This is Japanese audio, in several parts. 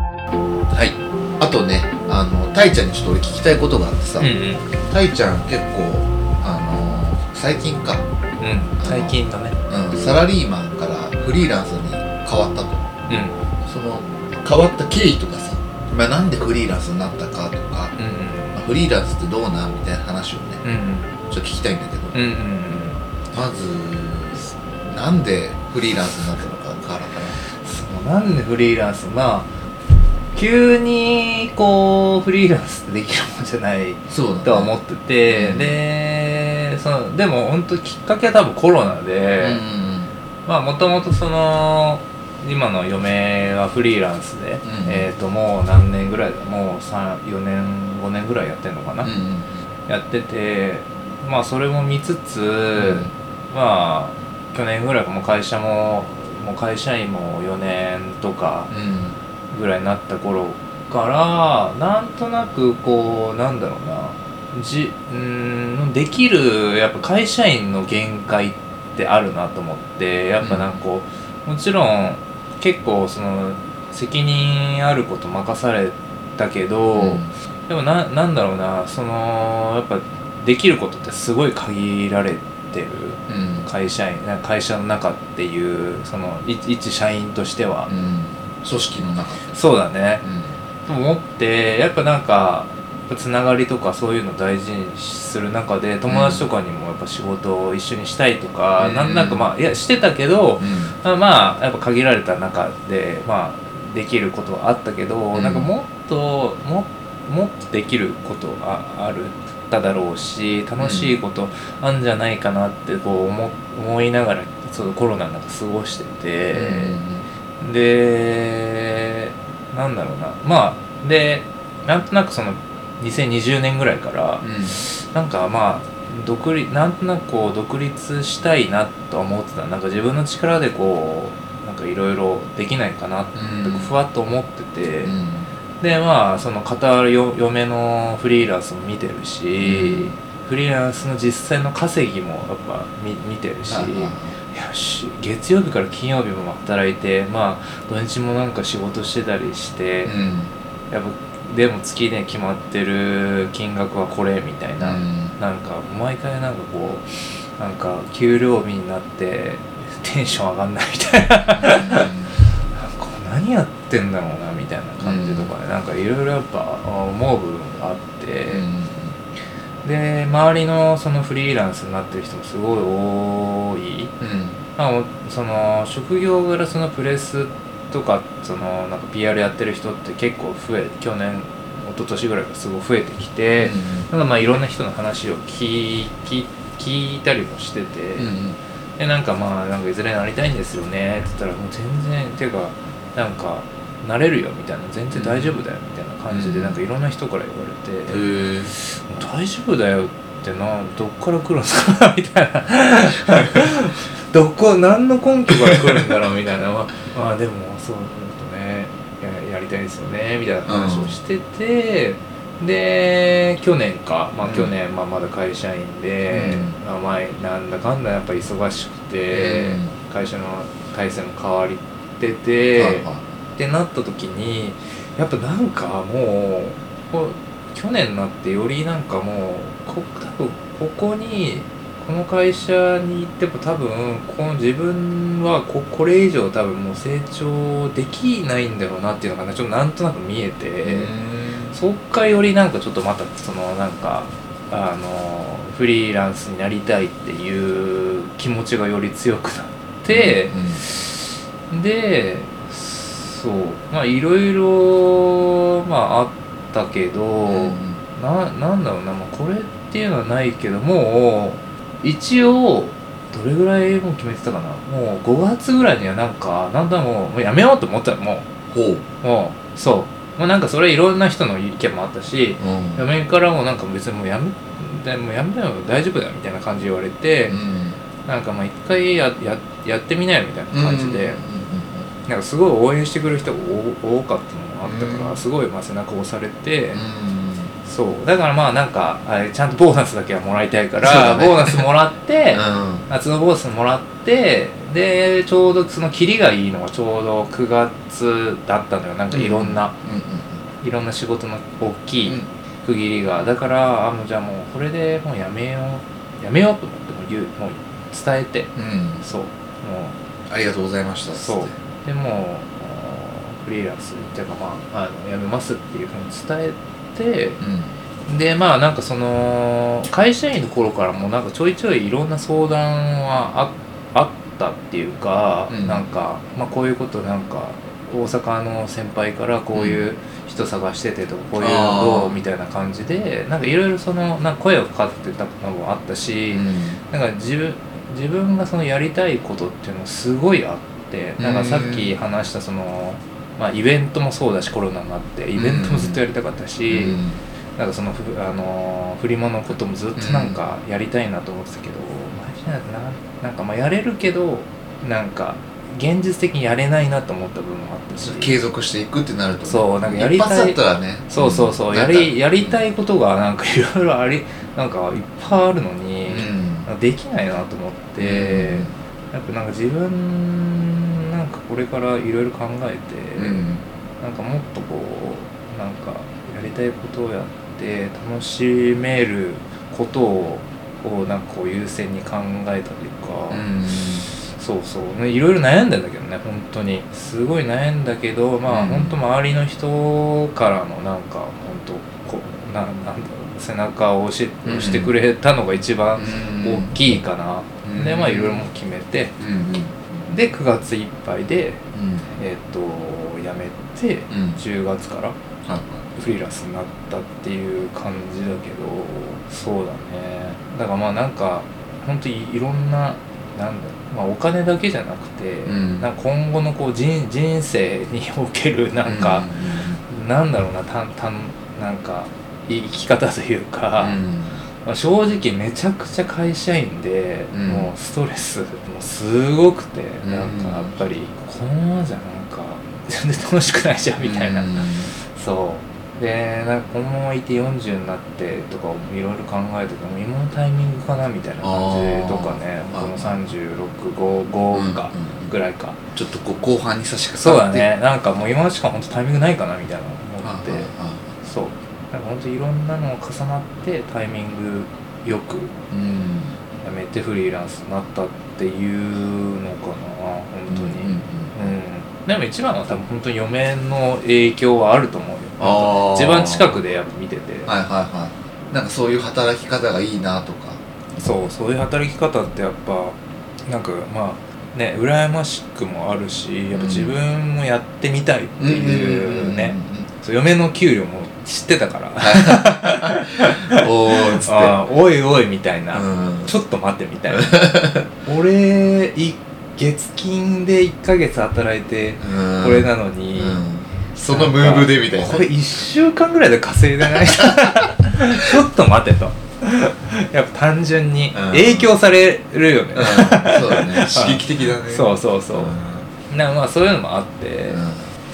はいあとねあのタイちゃんにちょっと俺聞きたいことがあってさ、うんうんタイちゃん結構あの最近か、うん最近のねうん、サラリーマンからフリーランスに変わったとうんその変わった経緯とかさ、まあ、なんでフリーランスになったかとか、うんまあフリーランスってどうなんみたいな話をねうんうんちょっと聞きたいんだけど、うんうんまずなんでフリーランスになったのかからかそうなんでフリーランスまあ急にこうフリーランスってできるもんじゃないらそうなんだとは思ってて、うんでそのでも本当きっかけは多分コロナうんで、うんまあもともとその今の嫁はフリーランスで、えっ、ともう何年ぐらいだもう34年5年ぐらいやってんのかな、うんやっててまあそれも見つつ、うんうんまあ去年ぐらいかもう会社ももう会社員も4年とかうんぐらいになった頃からなんとなくこうなんだろうなじうーんできるやっぱ会社員の限界ってあるなと思ってやっぱなんかこう、もちろん結構その責任あること任されたけど、でもななんだろうなそのやっぱできることってすごい限られてるうん会社員な会社の中っていうそのい一社員としては、うん組織の中でそうだねうんと思ってやっぱなんかやっぱつながりとかそういうの大事にする中で友達とかにもやっぱ仕事を一緒にしたいとか、うんなんなんかまあいやしてたけど、うまあまあやっぱ限られた中でまあできることはあったけど、んなんかもっとももっとできることがあるっただろうし楽しいことあんじゃないかなってこう思思いながらそのコロナの中過ごしてて。でなんだろうなまあでなんとなくその2020年ぐらいからうんうんなんかまあ独立なんとなくこう独立したいなとは思ってたなんか自分の力でこうなんかいろいろできないかなってうんふわっと思ってて、うんでまあその片よ嫁のフリーランスも見てるし、うんフリーランスの実際の稼ぎもやっぱ見見てるし。いやし月曜日から金曜日も働いてまあ土日もなんか仕事してたりして、やっぱでも月ね決まってる金額はこれみたいな、なんか毎回なんかこうなんか給料日になってテンション上がんないみたいななんか何やってんだろうなみたいな感じとかね、なんかいろいろやっぱあ思う部分があって。で周りのそのフリーランスになってる人もすごい多いあおその職業柄そのプレスとかそのなんか PR やってる人って結構増え去年一昨年ぐらいからすごい増えてきて、なんかまあいろんな人の話を聞い聞い聞いたりもしてて、でなんかまあなんかいずれなりたいんですよねって言ったらもう全然ていうかなんかなれるよみたいな全然大丈夫だよみたいな感じで、うんなんかいろんな人から言われて、大丈夫だよってなどっから来るんすかみたいな どこ何の根拠から来るんだろうみたいなまあまあでもそういうことねややりたいですよねみたいな話をしてて、で去年か、まあ、うん去年、まあ、まだ会社員で、まあ前なんだかんだやっぱ忙しくて、会社の体制も変わってて、ってなった時にやっぱなんかもうこう去年になってよりなんかもうこ多分ここにこの会社に行っても多分この自分はここれ以上多分もう成長できないんだろうなっていうのがねちょっとなんとなく見えて、そっからよりなんかちょっとまたそのなんかあのフリーランスになりたいっていう気持ちがより強くなって。でそうまあいろいろまああったけど、ななんだろうな、まあ、これっていうのはないけどもう一応どれぐらいもう決めてたかなもう5月ぐらいにはなんかなんだもうもうやめようと思ってたのもうもうそうもうなんかそれいろんな人の意見もあったし嫁からもなんか別にもうやめでもうやめたよ大丈夫だよみたいな感じで言われて、なんかまあ一回やややってみなよみたいな感じで、なんかすごい応援してくれる人が多多かったのもあったから、うんすごいまあ背中を押されて、そうだからまあなんかあれちゃんとボーナスだけはもらいたいからそうだねボーナスも らって、夏のボーナスもらってでちょうどそのキリがいいのがちょうど9月だったのよなんかいろんな、いろんな仕事の大きういん区切りが、だからあもうじゃあもうこれでもうやめようやめようと思ってもう言うもう伝えてうんそうもありがとうございましたっうつってそうでもうフリーランスっていうかまああの辞めますっていうふうに伝えてうんでまあなんかその会社員の頃からもなんかちょいちょいいろんな相談はああったっていうか、うんなんか、まあ、こういうことなんか大阪の先輩からこういう人探しててとかこういうのどあーうみたいな感じでなんかいろいろそのなんか声がかかってたのもあったし、なんか自分自分がそのやりたいことっていうのがすごいあってなんかさっき話したその、まあ、イベントもそうだしコロナもあってイベントもずっとやりたかったし。うんなんかそのふあのー振り物のこともずっとなんかやりたいなと思ってたけど、マジなんかななんかまあやれるけどなんか現実的にやれないなと思った部分もあったし継続していくってなるとそうなんかやりたい一発だったらねそうそうそう、んやなんかりやりたいことがなんかいろいろありなんかいっぱいあるのに、うんなんかできないなと思って、やっぱなんか自分なんかこれからいろいろ考えて、うんなんかもっとこうなんかやりたいことをやって楽しめることをこうなんかこう優先に考えたというか、うんそうそうねいろいろ悩んだんだけどね本当にすごい悩んだけどまあ、うん本当周りの人からのなんか本当こうななんだろう背中を押しうん押してくれたのが一番うん大きいかな、うんでまあいろいろもう決めてうんうんで9月いっぱいでうんえっ、と辞めてうん10月からはいはいフリーランスになったっていう感じだけどそうだねだからまあなんか本当にいろんななんだろう、まあ、お金だけじゃなくて、うんなんか今後のこう人人生におけるなんか、なんだろうなたんたんなんか生き方というか、まあ、正直めちゃくちゃ会社員で、うんもうストレスもうすごくて、うんなんかやっぱりこのままじゃなんか全然楽しくないじゃんみたいな。うんそうでなんかこのままいて40になってとかいろいろ考えてても今のタイミングかなみたいな感じとかねあーこのうん365かうんぐらいか、ちょっとこう後半に差しそう掛かだってねなんかもう今の時間本当タイミングないかなみたいな思あっあてそうなんか本当いろんなのが重なってタイミングよくああうんやめてフリーランスになったっていうのかな本当うに、んうんうん、でも一番は多分本当に嫁の影響はあると思うよあー一番近くでやっぱ見てて、はいはいはいなんかそういう働き方がいいなとかそうそういう働き方ってやっぱなんかまあね羨ましくもあるしやっぱ自分もやってみたいっていうねそう嫁の給料も知ってたからおーっつって あーおいおいみたいうな、んちょっと待ってみ たいな俺い月金で1ヶ月働いてうんこれなのに、うんそのムーブでみたいなこれ1週間ぐらいで稼いで ないちょっと待てとやっぱ単純にうん影響されるよね、うんそうだ ね刺激的だねそうそうそう、んなんかまあそういうのもあって、うん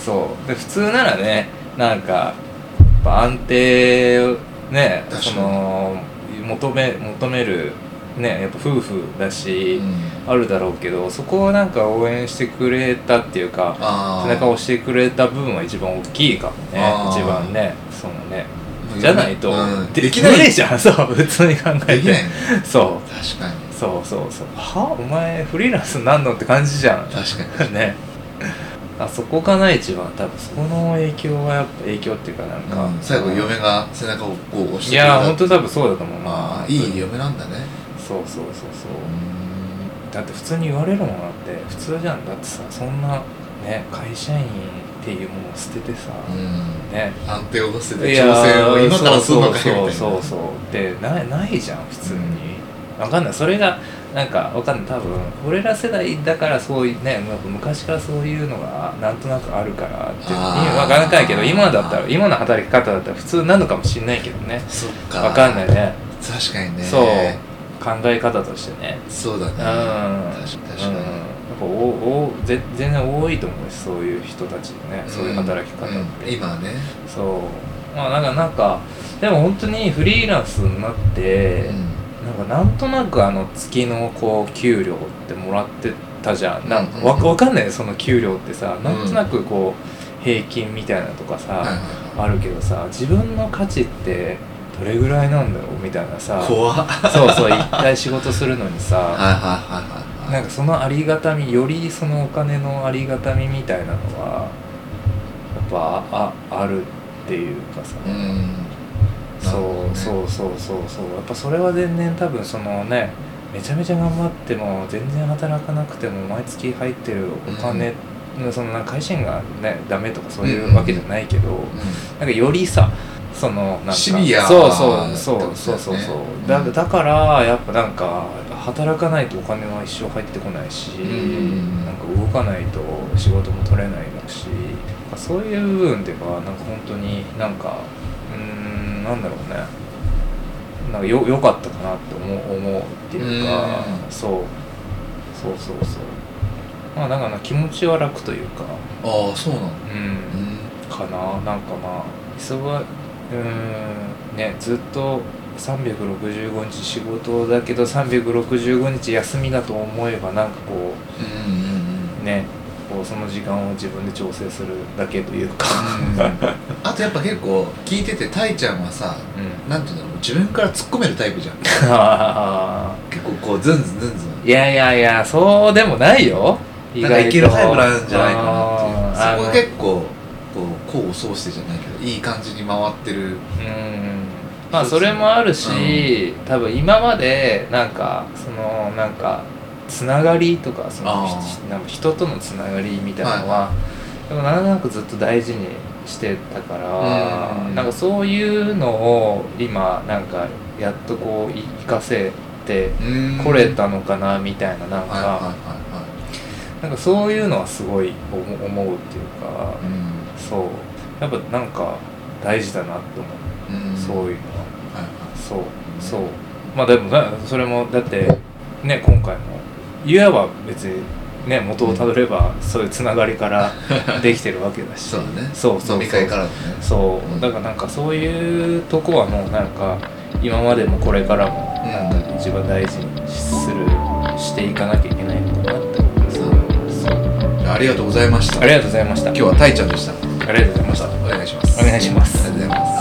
そうで普通ならねなんかやっぱ安定ね確かにその求め求めるねやっぱ夫婦だし、うんあるだろうけどそこをなんか応援してくれたっていうかあ背中を押してくれた部分は一番大きいかもねあー一番ねそのねあじゃないと、うんででききなないいじゃん そう普通に考えできなて いねそ確かにうそうそうそうはお前フリーランスになんのって感じじゃん確かにねあそこかな一番多分そこの影響はやっぱ影響っていうかなんか、うん最後嫁が背中をこう押しいてくれたや本当多分そうだと思うまあ本当いにい嫁なんだねそうそうそうそううんだって普通に言われるもんだって普通じゃんだってさそんなね会社員っていうものを捨ててさ、うんね安定をせいてや挑戦をー今からするのかよみたいなそうそうそうそうでなないじゃん普通に、わかんないそれがなんかわかんない多分俺ら世代だからそういうねなんか昔からそういうのがなんとなくあるからっていうあーわからないけど今だったら今の働き方だったら普通なのかもしれないけどねそっかわかんないね確かにねそう考え方としてねそうだねうん確かに確かにうんやっぱおおぜ全然多いと思うしそういう人たちのねそういう働き方って、うん今はねそうまあなんかなんかでも本当にフリーランスになって、うんなんかなんとなくあの月のこう給料ってもらってたじゃんなんかわうんわかんないその給料ってさんなんとなくこう、平均みたいなとかさ、はいはいあるけどさ自分の価値ってどれぐらいなんだろうみたいなさはいそ怖っはいうそう一回仕事するのにさ、 はいはいはないんかそのありがたみよりそのお金のありがたみみたいなのはやっぱあああるっていうかさ、うんそうなるほそうそうそうそうやっぱそれは全然多分そのねめちゃめちゃ頑張っても全然働かなくても毎月入ってるお金、そのなんか会社員がねダメとかそういうわけじゃないけど、なんかよりさそのなんかシビアなそうそうそうってことだよねそうそうそううんだだからやっぱなんか働かないとお金は一生入ってこないし、んなんか動かないと仕事も取れないだしそういう部分っていうかなんか本当になんかうーんなんだろうねなんかよ良かったかなって思う思うっていうかうんそうそうそうそうまあだから気持ちは楽というかうんああそうなのうんうかななんかまあ忙うーんねずっと365日仕事だけど365日休みだと思えばなんかこんうんうんうねこうその時間を自分で調整するだけというかあとやっぱ結構聞いててたいちゃんはさうんなんていうんだろう自分から突っ込めるタイプじゃんあ結構こうズンズンズンズン ーいやいやいやそうでもないよ意なんか外といけるタイプなんじゃないかなあってーいうそこがあ結構こう功を奏してじゃないけどいい感じに回ってるのうんまあそれもあるし、多分今までなんかそのなんかつながりとかそのあひーひなんか人とのつながりみたいなのは、でもなんとなくずっと大事にしてたから、うんなんかそういうのを今なんかやっとこう生かせてうんこれたのかなみたいななんか、はいはいはいなんかそういうのはすごい思思うっていうか、はいうんそうやっぱなんか大事だなって思うんう、そういうのは。はいはいそうそうまあでもなそれもだってね今回も言えば別にね元をたどればそういうつながり からできてるわけだしそうだねそうそうそう飲み会からのねそうだからなんかそういうとこはもうなんか今までもこれからもなんか一番大事にするしていかなきゃいけないのかなって思いますそうじゃあありがとうございましたありがとうございました今日はたいちゃんでしたありがとうございましたお願いしますお願いしますありがとうございます